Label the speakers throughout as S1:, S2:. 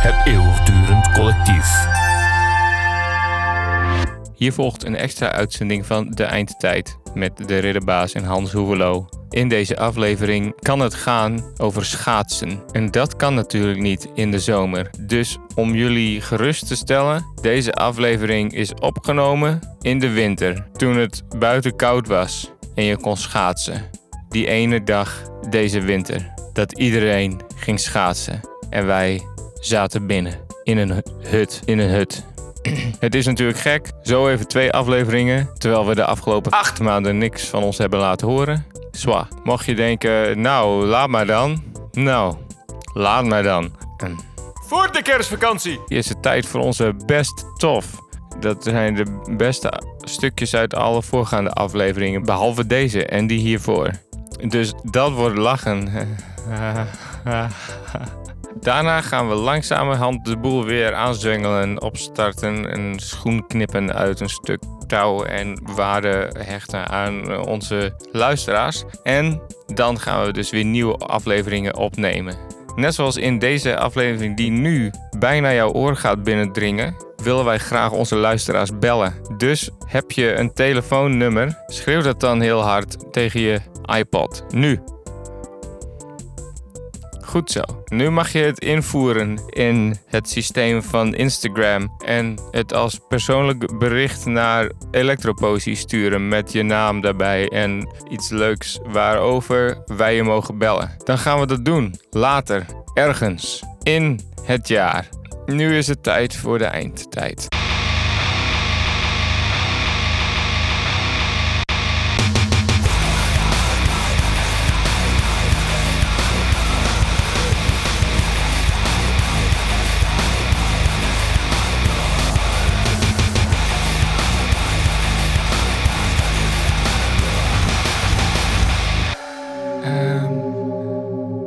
S1: Het eeuwigdurend collectief.
S2: Hier volgt een extra uitzending van De Eindtijd met de ridderbaas en Hans Hoevelo. In deze aflevering kan het gaan over schaatsen. En dat kan natuurlijk niet in de zomer. Dus om jullie gerust te stellen, deze aflevering is opgenomen in de winter. Toen het buiten koud was en je kon schaatsen. Die ene dag deze winter dat iedereen ging schaatsen. En wij zaten binnen in een hu- hut. In een hut. Het is natuurlijk gek. Zo even twee afleveringen. Terwijl we de afgelopen acht maanden niks van ons hebben laten horen. Zwa. Mocht je denken, nou, laat maar dan. Nou, laat maar dan. Ehm,
S1: Voor de kerstvakantie!
S2: Is het tijd voor onze best tof. Dat zijn de beste stukjes uit alle voorgaande afleveringen. Behalve deze en die hiervoor. Dus dat wordt lachen. Daarna gaan we langzamerhand de boel weer aanzwengelen, opstarten, een schoen knippen uit een stuk touw en waarde hechten aan eh, onze luisteraars. En dan gaan we dus weer nieuwe afleveringen opnemen. Net zoals in deze aflevering die nu bijna jouw oor gaat binnendringen, willen wij graag onze luisteraars bellen. Dus heb je een telefoonnummer, schreeuw dat dan heel hard tegen je iPod. Nu. Goed zo. Nu mag je het invoeren in het systeem van Instagram en het als persoonlijk bericht naar Electroposie sturen met je naam daarbij en iets leuks waarover wij je mogen bellen. Dan gaan we dat doen. Later. Ergens. In het jaar. Nu is het tijd voor de eindtijd.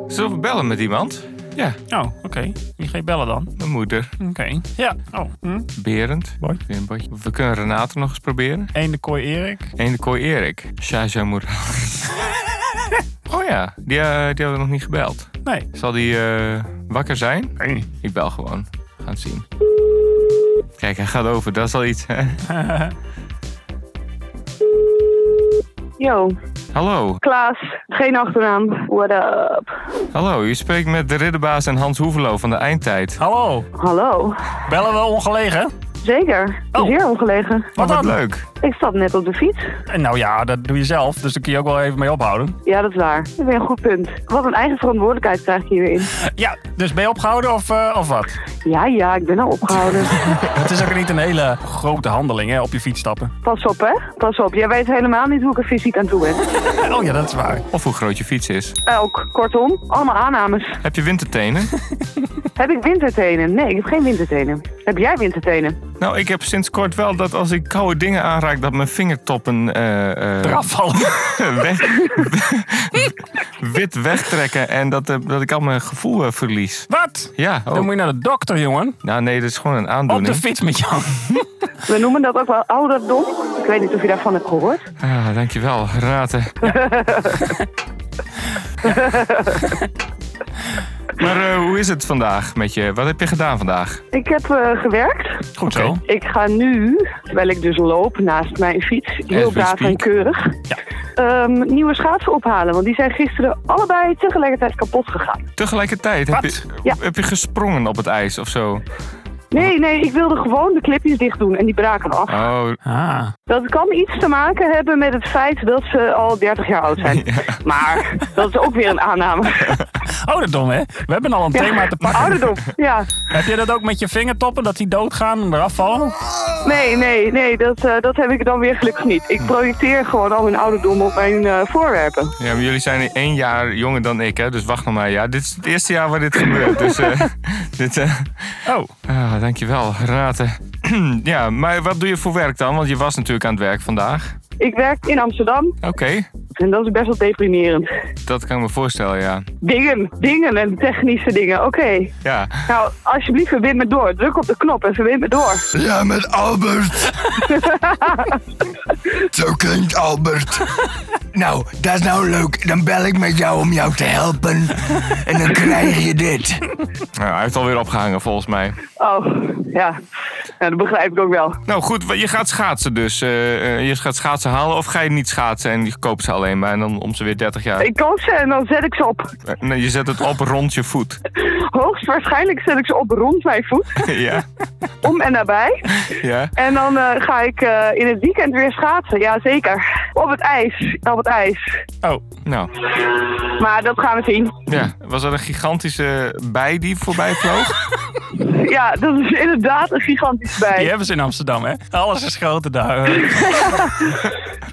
S2: Zullen we bellen met iemand? Ja,
S3: Oh, oké. Wie ga je bellen dan?
S2: mijn moeder.
S3: Oké. Ja. Oh. Hm?
S2: Berend.
S3: Bart.
S2: We kunnen Renate nog eens proberen.
S3: Eén kooi Erik.
S2: Eén de kooi Erik. Shaja Morales. oh ja, die, eh, die hebben we nog niet gebeld.
S3: Nee.
S2: Zal die eh, wakker zijn?
S3: Nee.
S2: Ik bel gewoon. We gaan het zien. Kijk, hij gaat over. Dat is al iets. Hè?
S4: Yo,
S2: Hallo.
S4: Klaas. Geen achternaam. What up?
S2: Hallo, u spreekt met de ridderbaas en Hans Hoevelo van de Eindtijd.
S3: Hallo.
S4: Hallo.
S3: Bellen we ongelegen?
S4: Zeker.
S3: Oh.
S4: Zeer ongelegen.
S2: Oh,
S3: Wat dan?
S2: leuk.
S4: Ik stap net op de fiets.
S3: Eh, Nou ja, dat doe je zelf. Dus daar kun je ook wel even mee ophouden.
S4: Ja, dat is waar. Dat weer een goed punt. Wat een eigen verantwoordelijkheid krijg je hierin.
S3: Ja, dus ben je opgehouden of, eh, of wat?
S4: Ja, ja, ik ben al opgehouden.
S3: Het is ook niet een hele grote handeling, hè, op je fiets stappen.
S4: Pas op, hè. Pas op. Jij weet helemaal niet hoe ik er fysiek aan toe ben.
S3: Eh, Oh ja, dat is waar.
S2: Of hoe groot je fiets is.
S4: Elk. Kortom, allemaal aannames.
S2: Heb je wintertenen?
S4: Heb ik wintertenen? Nee, ik heb geen wintertenen. Heb jij wintertenen?
S2: nou, ik heb sinds kort wel dat als ik koude dingen aanraak, dat mijn vingertoppen eh, eh,
S3: Eraf vallen.
S2: weg, wit wegtrekken en dat, eh, dat ik al mijn gevoel eh, verlies.
S3: Wat?
S2: Ja, oh.
S3: Dan moet je naar de dokter, jongen.
S2: nou nee, dat is gewoon een
S3: Op de
S2: aandoening.
S3: fiets met jou.
S4: We noemen dat ook wel ouderdom. Ik weet niet of je daarvan hebt gehoord.
S2: Ah, dankjewel, Renate. maar eh, hoe is het vandaag met je? Wat heb je gedaan vandaag?
S4: Ik heb eh, gewerkt.
S3: Goed zo.
S4: Ik ga nu, terwijl ik dus loop naast mijn fiets,
S2: As
S4: heel
S2: we
S4: braaf
S2: speak.
S4: en keurig, ehm, nieuwe schaatsen ophalen. Want die zijn gisteren allebei tegelijkertijd kapot gegaan.
S2: Tegelijkertijd heb
S3: Wat?
S2: je,
S4: Ja.
S2: heb je gesprongen op het ijs of zo.
S4: Nee, nee, ik wilde gewoon de clipjes dicht doen en die braken af.
S2: Oh,
S3: Ah.
S4: Dat kan iets te maken hebben met het feit dat ze al 30 jaar oud zijn. Maar dat is ook weer een aanname.
S3: Ouderdom, Oh, hè? We hebben al een thema te pakken.
S4: Ouderdom, ja.
S3: Heb je dat ook met je vingertoppen, dat die doodgaan en eraf vallen?
S4: Nee, nee, nee, dat, eh, dat heb ik dan weer gelukkig niet. Ik projecteer gewoon al mijn ouderdom op mijn eh, voorwerpen.
S2: ja, maar jullie zijn één jaar jonger dan ik, hè? Dus wacht nog maar. Ja, dit is het eerste jaar waar dit gebeurt. Dus eh, dit... eh,
S3: Oh.
S2: Ah, dankjewel, Renate. ja, maar wat doe je voor werk dan? Want je was natuurlijk aan het werk vandaag.
S4: Ik werk in Amsterdam
S2: Oké.
S4: En dat is best wel deprimerend.
S2: Dat kan ik me voorstellen, ja.
S4: Dingen, dingen en technische dingen. Oké.
S2: Ja,
S4: Nou, alsjeblieft, verbind me door. Druk op de knop en verbind me door.
S5: Ja, met Albert. Zo klinkt Albert. Nou, dat is nou leuk. Dan bel ik met jou om jou te helpen. En dan krijg je dit.
S2: nou, hij heeft alweer opgehangen volgens mij.
S4: Oh, ja. Nou, dat begrijp ik ook wel.
S2: Nou goed, je gaat schaatsen dus. Eh, eh, je gaat schaatsen halen of ga je niet schaatsen en je koopt ze alleen maar en dan om ze weer 30 jaar.
S4: Ik koop ze en dan zet ik ze op.
S2: Eh, Nee, je zet het op rond je voet.
S4: Hoogstwaarschijnlijk zet ik ze op rond mijn voet.
S2: ja,
S4: Om en nabij.
S2: ja.
S4: En dan eh, ga ik eh, in het weekend weer schaatsen. Ja, zeker. Op het ijs. Op het ijs.
S3: Oh,
S2: Nou,
S4: Maar dat gaan we zien.
S2: ja. Was dat een gigantische bij die voorbij vloog?
S4: Ja, dat is inderdaad een gigantisch bij.
S3: die hebben ze in Amsterdam, hè? Alles is groter daar.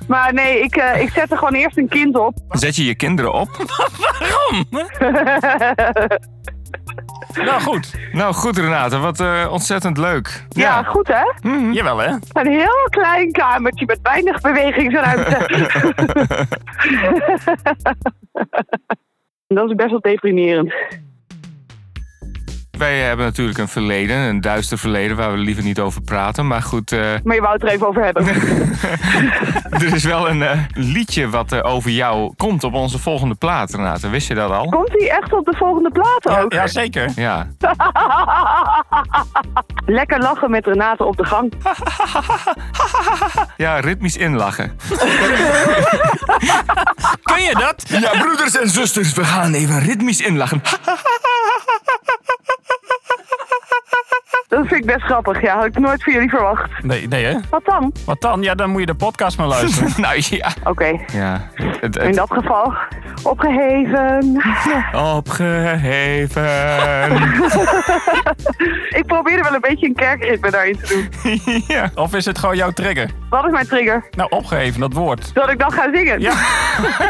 S4: Maar nee, ik, eh, ik zet er gewoon eerst een kind op.
S2: Zet je je kinderen op?
S3: nou goed,
S2: Nou goed Renate, wat eh, ontzettend leuk.
S4: Ja, goed hè?
S3: jawel hè?
S4: Een heel klein kamertje met weinig bewegingsruimte. dat is best wel deprimerend.
S2: Wij hebben natuurlijk een verleden, een duister verleden waar we liever niet over praten. Maar goed, eh,
S4: Maar je wou het er even over hebben.
S2: er is wel een eh, liedje wat eh, over jou komt op onze volgende plaat Renate. Wist je dat al?
S4: Komt hij echt op de volgende plaat
S3: Ja,
S4: ook?
S3: ja, zeker.
S2: Ja,
S4: Lekker lachen met Renate op de gang.
S2: ja ritmisch inlachen.
S3: Kun je dat?
S5: Ja, broeders en zusters, we gaan even
S2: Ritmisch inlachen.
S4: Dat vind ik best grappig, ja. Had ik nooit van jullie verwacht.
S3: Nee, nee hè?
S4: Wat dan?
S3: Wat dan? Ja, dan moet je de podcast maar luisteren.
S2: nou ja.
S4: Oké,
S2: Ja. Het,
S4: in
S2: het
S4: dat geval opgeheven.
S2: opgeheven.
S4: Ik probeerde wel een beetje een kerkritme daarin te doen.
S2: ja.
S3: Of is het gewoon jouw trigger?
S4: Wat is mijn trigger?
S3: Nou, opgeheven, dat woord.
S4: Dat ik dan ga zingen?
S3: Ja.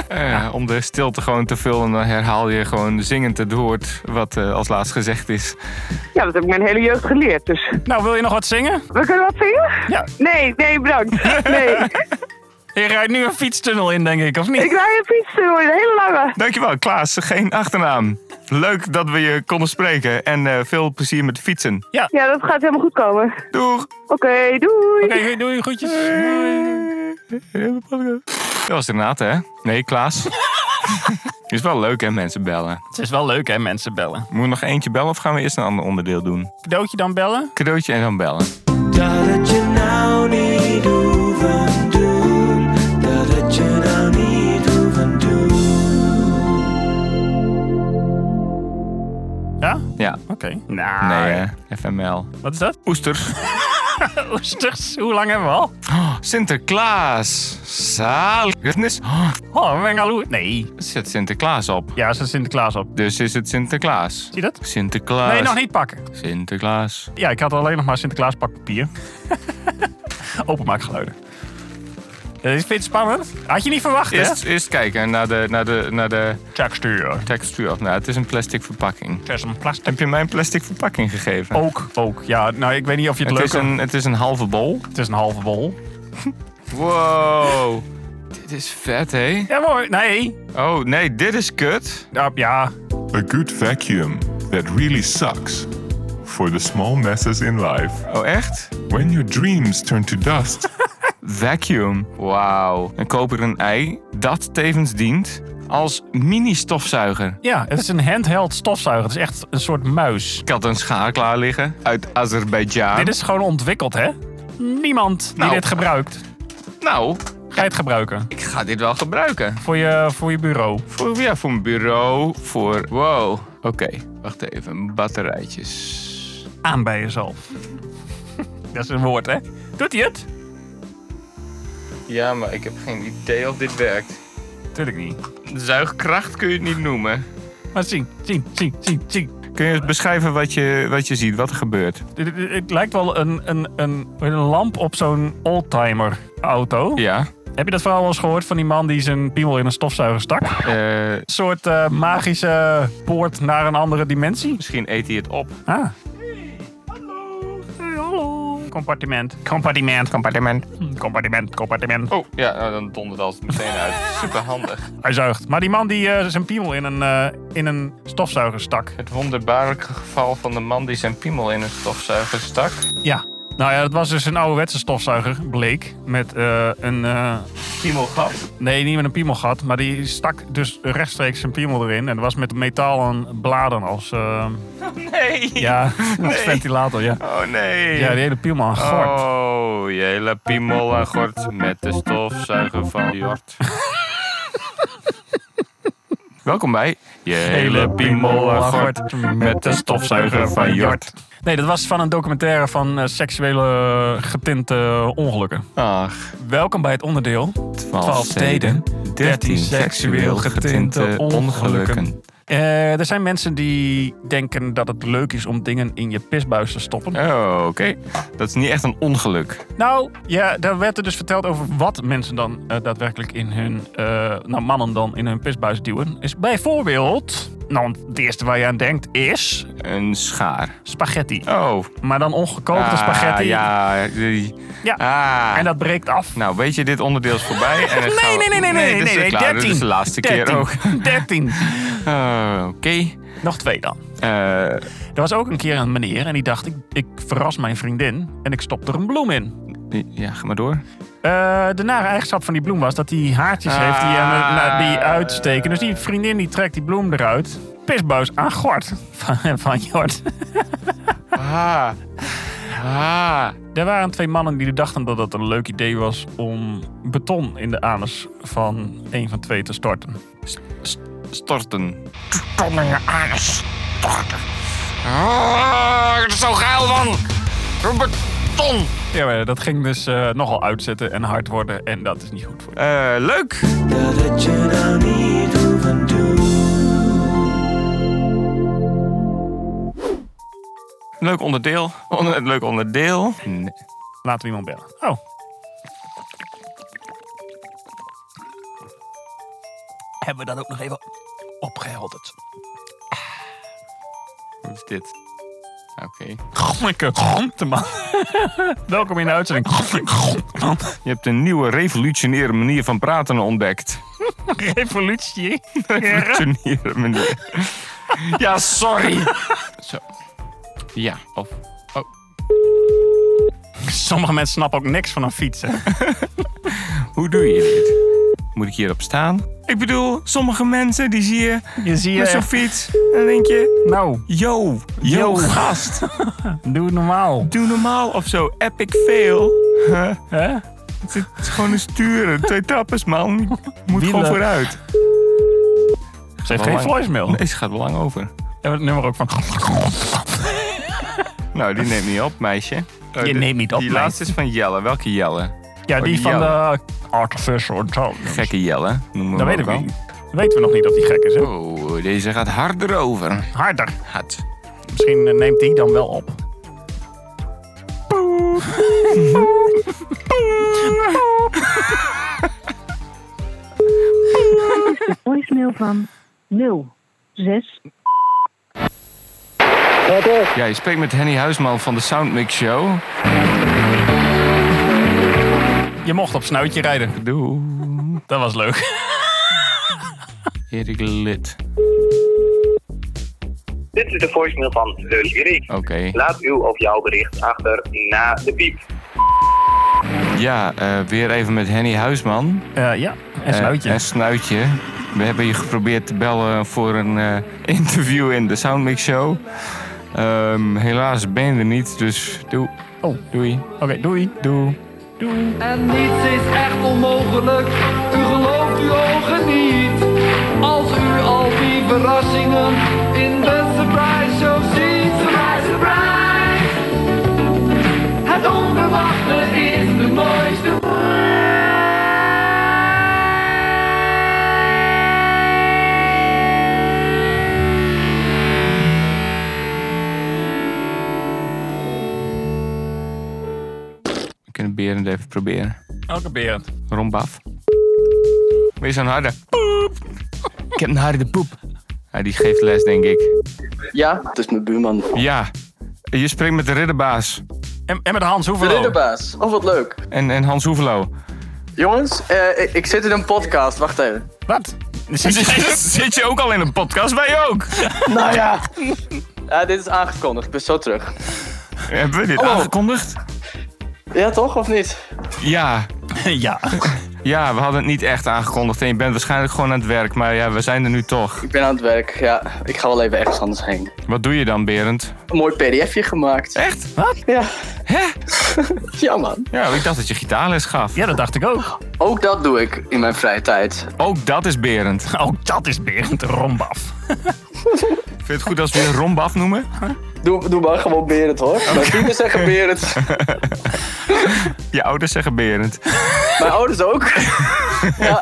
S2: Eh, om de stilte gewoon te vullen, dan herhaal je gewoon zingend het woord wat eh, als laatst gezegd is.
S4: Ja, dat heb ik mijn hele jeugd geleerd, dus...
S3: Nou, wil je nog wat zingen?
S4: We kunnen wat zingen?
S3: Ja.
S4: Nee, nee, bedankt. Nee.
S3: Je rijdt nu een fietstunnel in, denk ik, of niet?
S4: Ik rij een fiets, hoor, een hele lange.
S2: Dankjewel, Klaas. Geen achternaam. Leuk dat we je konden spreken en eh, veel plezier met fietsen.
S4: Ja, dat gaat helemaal goed komen.
S2: Doeg!
S4: Oké, doei.
S3: Oké, doe doei, groetjes.
S2: Dat was Renate, hè? Nee, Klaas. is wel leuk, hè, mensen bellen.
S3: Het is wel leuk, hè, mensen bellen.
S2: Moet er nog eentje bellen of gaan we eerst een ander onderdeel doen?
S3: Cadeautje dan bellen?
S2: Cadeautje en dan bellen.
S6: Dat het je nou niet hoeven doen. Dat het je nou niet hoeven doen.
S3: Ja? Oké.
S2: Ja.
S3: Nou,
S2: Nee, hè? FML.
S3: wat is dat?
S2: Oesters.
S3: Oesters, hoe lang hebben we al?
S2: Sinterklaas. Zalignis. Oh,
S3: Oh, Mengaloo. Nee.
S2: er zit Sinterklaas op.
S3: Ja, ze is Sinterklaas op.
S2: Dus is het Sinterklaas.
S3: Zie je dat?
S2: Sinterklaas.
S3: Nee, nog niet pakken.
S2: Sinterklaas.
S3: Ja, ik had alleen nog maar Sinterklaas pak papier. Openmaakgeluiden. Ja, dit vind je het spannend? Had je niet verwacht, hè?
S2: Eerst, eerst kijken naar de, naar de, naar de
S3: Textuur.
S2: textuur. Nou, het is een plastic verpakking.
S3: Het is een
S2: Heb
S3: plastic.
S2: je mij een plastic verpakking gegeven?
S3: Ook, ook. Ja, nou, ik weet niet of je het,
S2: het,
S3: leuk
S2: is een, het is een halve bol.
S3: Het is een halve bol.
S2: Wow. dit is vet, hé.
S3: Ja, mooi. Nee.
S2: Oh, nee, dit is kut.
S3: Ja, ja.
S7: A good vacuum that really sucks for the small messes in life.
S2: Oh, echt?
S7: When your dreams turn to dust,
S2: Vacuum. Wauw. Een koperen ei dat tevens dient als mini-stofzuiger.
S3: Ja, het is een handheld stofzuiger. Het is echt een soort muis.
S2: Ik had een schaar klaar liggen uit Azerbeidzjan.
S3: Dit is gewoon ontwikkeld, hè? Niemand die
S2: Nou.
S3: dit gebruikt.
S2: Nou,
S3: Ga je het gebruiken?
S2: ik ga dit wel gebruiken.
S3: Voor je, voor je bureau.
S2: Voor, ja, voor mijn bureau, voor... Wow. Oké, wacht even. Batterijtjes.
S3: Aan bij jezelf. Dat is een woord, hè? Doet hij het?
S2: Ja, maar ik heb geen idee of dit werkt.
S3: Tuurlijk niet.
S2: Zuigkracht kun je het niet noemen.
S3: Maar zien, zien, zien, zien, zien.
S2: Kun je eens beschrijven wat je, wat je ziet, wat er gebeurt?
S3: Dit- dit- Het, lijkt wel een, een, een, een lamp op zo'n oldtimer auto.
S2: Ja.
S3: Heb je dat verhaal wel eens gehoord van die man die zijn piemel in een stofzuiger stak? Een
S2: eh,
S3: soort eh, magische poort naar een andere dimensie?
S2: misschien eet hij het op.
S3: Ah. Hey, hallo. Hey, hallo. Compartiment. Compartiment. Compartiment. Compartiment. Compartiment.
S2: Oh, ja, nou, dan dondert alles meteen uit. Super handig.
S3: Hij zuigt. Maar die man die eh, zijn piemel in een, eh, in een stofzuiger stak.
S2: Het wonderbaarlijke geval van de man die zijn piemel in een stofzuiger stak.
S3: Ja. Nou ja, dat was dus een ouderwetse stofzuiger, bleek. Met eh, een... eh,
S2: Piemelgat.
S3: nee, niet met een piemelgat. Maar die stak dus rechtstreeks zijn piemel erin. En dat was met metalen bladen als... eh,
S2: Nee.
S3: ja, als ventilator, ja.
S2: Oh nee.
S3: Ja, die hele piemel aan gort.
S2: Oh, je hele piemel aan gort met de stofzuiger van Jort. Welkom bij je hele piemel aan gort met de stofzuiger van Jort.
S3: Nee, dat was van een documentaire van eh, seksuele eh, getinte ongelukken.
S2: Ach,
S3: Welkom bij het onderdeel 12 steden, 13 seksueel getinte ongelukken. Eh, er zijn mensen die denken dat het leuk is om dingen in je pisbuis te stoppen.
S2: Oh, oké. Dat is niet echt een ongeluk.
S3: Nou, ja, daar werd er dus verteld over wat mensen dan eh, daadwerkelijk in hun... eh, nou, mannen dan in hun pisbuis duwen. Is bijvoorbeeld... Nou, het eerste waar je aan denkt is
S2: Een schaar.
S3: spaghetti.
S2: Oh.
S3: Maar dan ongekookte
S2: ah,
S3: spaghetti.
S2: Ja. die-
S3: Ja.
S2: Ah.
S3: En dat breekt af.
S2: Nou, weet je, dit onderdeel is voorbij. En het
S3: Nee,
S2: gaat-
S3: nee, nee, nee, nee, nee,
S2: dit is
S3: nee,
S2: klaar. Dit is de laatste keer ook.
S3: 13.
S2: Eh, Oké.
S3: Nog twee dan.
S2: Eh,
S3: Er was ook een keer een meneer en die dacht, ik, ik verras mijn vriendin en ik stop er een bloem in.
S2: ja, ga maar door.
S3: Eh, de nare eigenschap van die bloem was dat hij haartjes heeft die, aan de- na- die uitsteken. Dus die vriendin die trekt die bloem eruit. Pisbuis aan Gort. Van, van Jort.
S2: Ah. Ah.
S3: Er waren twee mannen die dachten dat het een leuk idee was om beton in de anus van een van twee te storten.
S2: Storten. Ah,
S3: Ja, maar dat ging dus eh, nogal uitzetten en hard worden en dat is niet goed voor je.
S2: Eh, leuk.
S6: Dat het je nou niet hoeven doen.
S2: Leuk onderdeel. Onder, leuk onderdeel. Nee.
S3: Laten we iemand bellen. Oh,
S8: hebben we dat ook nog even opgehelderd.
S2: Wat is dit? Oké.
S3: Gommeke, man. Welkom in de uitzending. man.
S2: Je hebt een nieuwe revolutionaire manier van praten ontdekt.
S3: Revolutie.
S2: Revolutionaire manier. ja, sorry. Zo. Ja, of...
S3: Sommige mensen snappen ook niks van een fiets. hè.
S2: Hoe doe je dit? Moet ik hierop staan? Ik bedoel, sommige mensen die zie je
S3: Je ziet
S2: met zo'n
S3: echt,
S2: fiets. En dan denk je,
S3: nou,
S2: yo, yo,
S3: Yo.
S2: gast.
S3: doe normaal.
S2: Doe normaal of zo. Epic fail. Huh?
S3: Hè?
S2: Het is- het is gewoon een sturen. Twee trappes, man. Ik Moet gewoon
S3: Wielen.
S2: vooruit.
S3: Ze heeft geen
S2: Belang.
S3: voicemail.
S2: Nee, ze gaat wel lang over.
S3: En het nummer ook van...
S2: Nou, die neemt niet op, meisje. Eh,
S3: Je
S2: de-
S3: neemt niet op,
S2: Die
S3: meisje.
S2: laatste is van Jelle. Welke Jelle?
S3: Ja, die
S2: die
S3: van
S2: Jelle.
S3: de Artificial Intelligence.
S2: Gekke Jelle. Noemen we
S3: Dat
S2: hem
S3: weten we
S2: ook
S3: niet. Weten we nog niet of die gek is. Hè?
S2: wel. Oh, deze gaat harder over.
S3: Harder.
S2: Hard.
S3: Misschien eh, neemt die dan wel op.
S9: voicemail van 06.
S2: Ja, je spreekt met Henny Huisman van de Soundmix Show.
S3: Je mocht op snuitje rijden.
S2: Doe.
S3: Dat was leuk.
S2: Erik Lid.
S10: Dit is de voicemail van Lul Erik.
S2: Oké.
S10: Laat uw of jouw bericht achter na de piep.
S2: Ja, eh, weer even met Henny Huisman.
S3: Eh, ja, en snuitje.
S2: Eh, en Snuitje. We hebben je geprobeerd te bellen voor een eh, interview in de Soundmix Show. Ehm, helaas ben je er niet, dus doe.
S3: Oh.
S2: Doei.
S3: Oké, doei.
S2: Doe.
S11: En niets is echt onmogelijk, u gelooft uw ogen niet. Als u al die verrassingen in de surprise show ziet. Surprise, surprise. Het onverwachte is de mooiste.
S2: We kunnen Berend even proberen.
S3: Elke Berend.
S2: Rombaf. Wees zo'n harde. Poep. Ik heb een harde poep. Ja, die geeft les, denk ik.
S8: Ja, het is mijn buurman.
S2: Ja, je spreekt met de ridderbaas.
S3: En, en met Hans
S12: De
S3: Hoeveel.
S12: ridderbaas. Oh, wat leuk.
S2: En, en Hans Hoevelo.
S12: Jongens, eh, ik, ik zit in een podcast. Wacht even.
S3: Wat?
S2: Zit je, zit je ook al in een podcast? Wij ook.
S12: Nou ja. Ja, dit is aangekondigd. Ik ben zo terug.
S2: Hebben we dit
S12: Oh.
S2: aangekondigd?
S12: Ja, toch? Of niet?
S2: Ja.
S3: ja.
S2: Ja, we hadden het niet echt aangekondigd en je bent waarschijnlijk gewoon aan het werk, maar ja, we zijn er nu toch.
S12: Ik ben aan het werk. Ja, ik ga wel even ergens anders heen.
S2: Wat doe je dan, Berend?
S12: Een mooi pdfje gemaakt.
S2: Echt?
S3: Wat?
S12: Ja. ja, man.
S2: Ja, ik dacht dat je gitaarles gaf.
S3: Ja, dat dacht ik ook.
S12: Ook dat doe ik in mijn vrije tijd.
S2: Ook dat is Berend.
S3: Ook dat is Berend Rombaf.
S2: Vind je het goed als we je Rombaf noemen?
S12: Doe, doe maar gewoon Berend, hoor. Mijn vrienden zeggen Berend.
S2: Je ouders zeggen Berend.
S12: Mijn ouders ook. ja.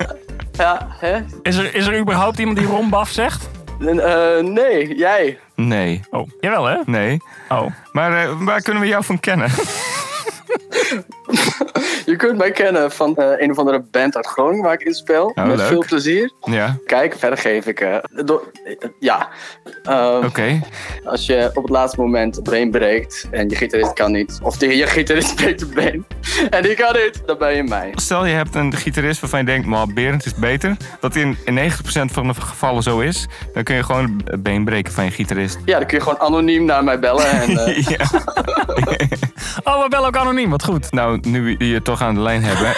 S12: Ja, hè?
S3: Is er, is er überhaupt iemand die Rombaf zegt?
S12: Eh, nee, jij.
S2: Nee.
S3: Oh, jawel hè?
S2: Nee.
S3: Oh.
S2: Maar eh, waar kunnen we jou van kennen?
S12: Je kunt mij kennen van eh, een of andere band uit Groningen waar ik in speel.
S2: Oh,
S12: Met
S2: leuk.
S12: veel plezier.
S2: Ja.
S12: Kijk, verder geef ik. eh, door- eh, ja. Eh, Als je op het laatste moment het been breekt en je gitarist kan niet. Of de, je gitarist breekt het been en die kan niet, dan ben je mij.
S2: Stel je hebt een gitarist waarvan je denkt, maar Berend is beter. Dat in, in 90% van de gevallen zo is. Dan kun je gewoon het been breken van je gitarist.
S12: Ja, dan kun je gewoon anoniem naar mij bellen. En, eh,
S3: Oh, we bellen ook anoniem, wat goed.
S2: Nou, nu we je toch aan de lijn hebben.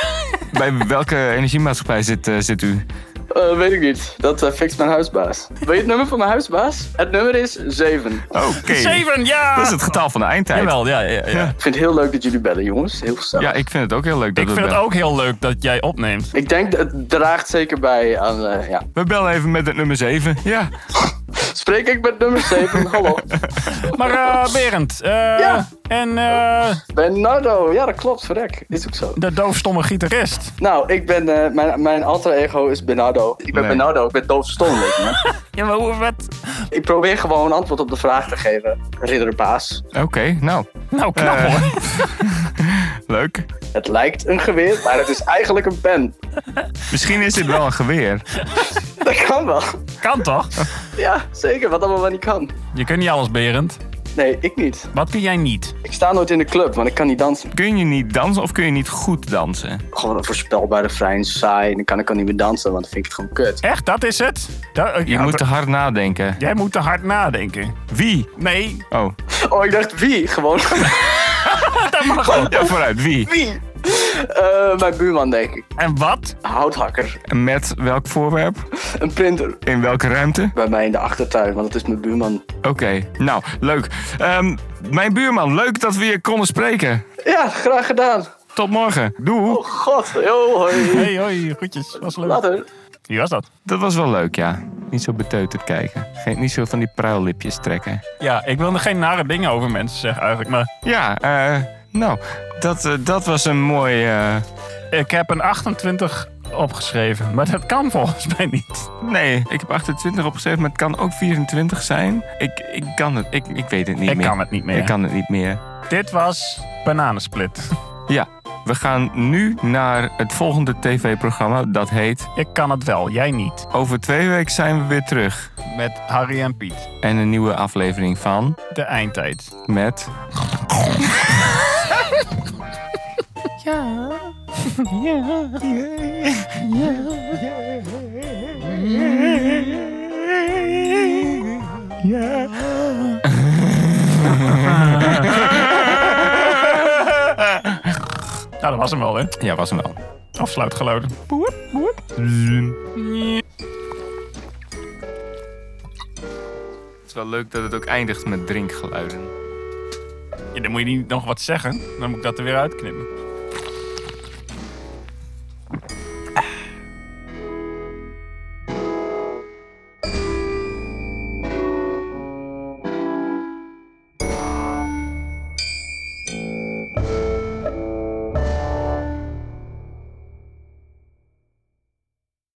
S2: bij welke energiemaatschappij zit, eh, zit u?
S12: eh, weet ik niet. Dat eh, fixt mijn huisbaas. Weet je het nummer van mijn huisbaas? Het nummer is 7.
S2: Oké.
S3: Zeven, ja!
S2: Dat is het getal van de eindtijd.
S3: Jawel, ja, ja, ja.
S12: Ik vind het heel leuk dat jullie bellen, jongens. Heel gezellig.
S2: Ja, ik vind het ook heel leuk dat
S3: Ik
S2: we
S3: vind het
S2: bellen.
S3: ook heel leuk dat jij opneemt.
S12: Ik denk dat het draagt zeker bij aan. eh, ja.
S2: We bellen even met het nummer 7. Ja.
S12: Spreek ik met nummer 7. Hallo.
S3: Maar eh, Berend, eh, en eh,
S12: Bernardo, ja dat klopt, verrek. Is ook zo.
S3: de doofstomme gitarist.
S12: Nou, ik ben, eh, mijn, mijn alter ego is Bernardo. Ik ben
S3: Nee.
S12: Bernardo, ik ben doofstom, weet je wel.
S3: Ja, maar hoe, wat?
S12: Ik probeer gewoon een antwoord op de vraag te geven. Ridderbaas.
S2: Oké, nou.
S3: Nou, knap hoor.
S2: Leuk.
S12: Het lijkt een geweer, maar het is eigenlijk een pen.
S2: Misschien is dit wel een geweer.
S12: Dat kan wel.
S3: Kan toch?
S12: Ja, zeker, wat allemaal wel niet kan.
S3: Je kunt niet alles, Berend.
S12: Nee, ik niet.
S3: Wat kun jij niet?
S12: Ik sta nooit in de club, want ik kan niet dansen.
S2: Kun je niet dansen of kun je niet goed dansen?
S12: Gewoon een voorspelbare refrein, saai. En dan kan ik al niet meer dansen, want dan vind ik het gewoon kut.
S3: Echt, dat is het? Da- eh,
S2: Je moet te hard nadenken.
S3: Jij moet te hard nadenken.
S2: Wie?
S3: Nee.
S2: Oh.
S12: Oh, ik dacht wie? Gewoon.
S3: dat mag ook.
S2: oh, Ja, vooruit. Wie?
S12: Wie? Eh, mijn buurman, denk ik.
S3: En wat?
S12: Houthakker.
S2: Met welk voorwerp?
S12: Een printer.
S2: In welke ruimte?
S12: Bij mij in de achtertuin, want het is mijn buurman.
S2: Oké, nou, leuk. Ehm, mijn buurman, leuk dat we je konden spreken.
S12: Ja, graag gedaan.
S2: Tot morgen. Doe.
S12: Oh god, yo, hoi.
S3: Hey, hoi, goedjes. Was leuk.
S12: Later.
S3: Wie was dat?
S2: Dat was wel leuk, ja. Niet zo beteuterd kijken. Geen, niet zo van die pruillipjes trekken.
S3: Ja, ik wil er geen nare dingen over mensen zeggen eigenlijk, maar...
S2: Ja, eh, nou, dat, eh, dat was een mooi... eh,
S3: Ik heb een 28 opgeschreven, maar dat kan volgens mij niet.
S2: Nee, ik heb 28 opgeschreven, maar het kan ook 24 zijn. Ik, ik kan het, ik, ik weet het niet
S3: Ik
S2: meer.
S3: kan het niet meer.
S2: Ik kan het niet meer.
S3: Dit was Bananensplit.
S2: Ja, we gaan nu naar het volgende tv-programma. Dat heet...
S3: Ik kan het wel, jij niet.
S2: Over twee weken zijn we weer terug.
S3: Met Harry en Piet.
S2: En een nieuwe aflevering van...
S3: De eindtijd.
S2: Met...
S6: Ja. Ja. Ja.
S3: Nou, dat was hem wel, hè?
S2: Ja, was hem wel.
S3: Afsluitgeluiden.
S2: Het is wel leuk dat het ook eindigt met drinkgeluiden.
S3: Ja, dan moet je niet nog wat zeggen, dan moet ik dat er weer uitknippen.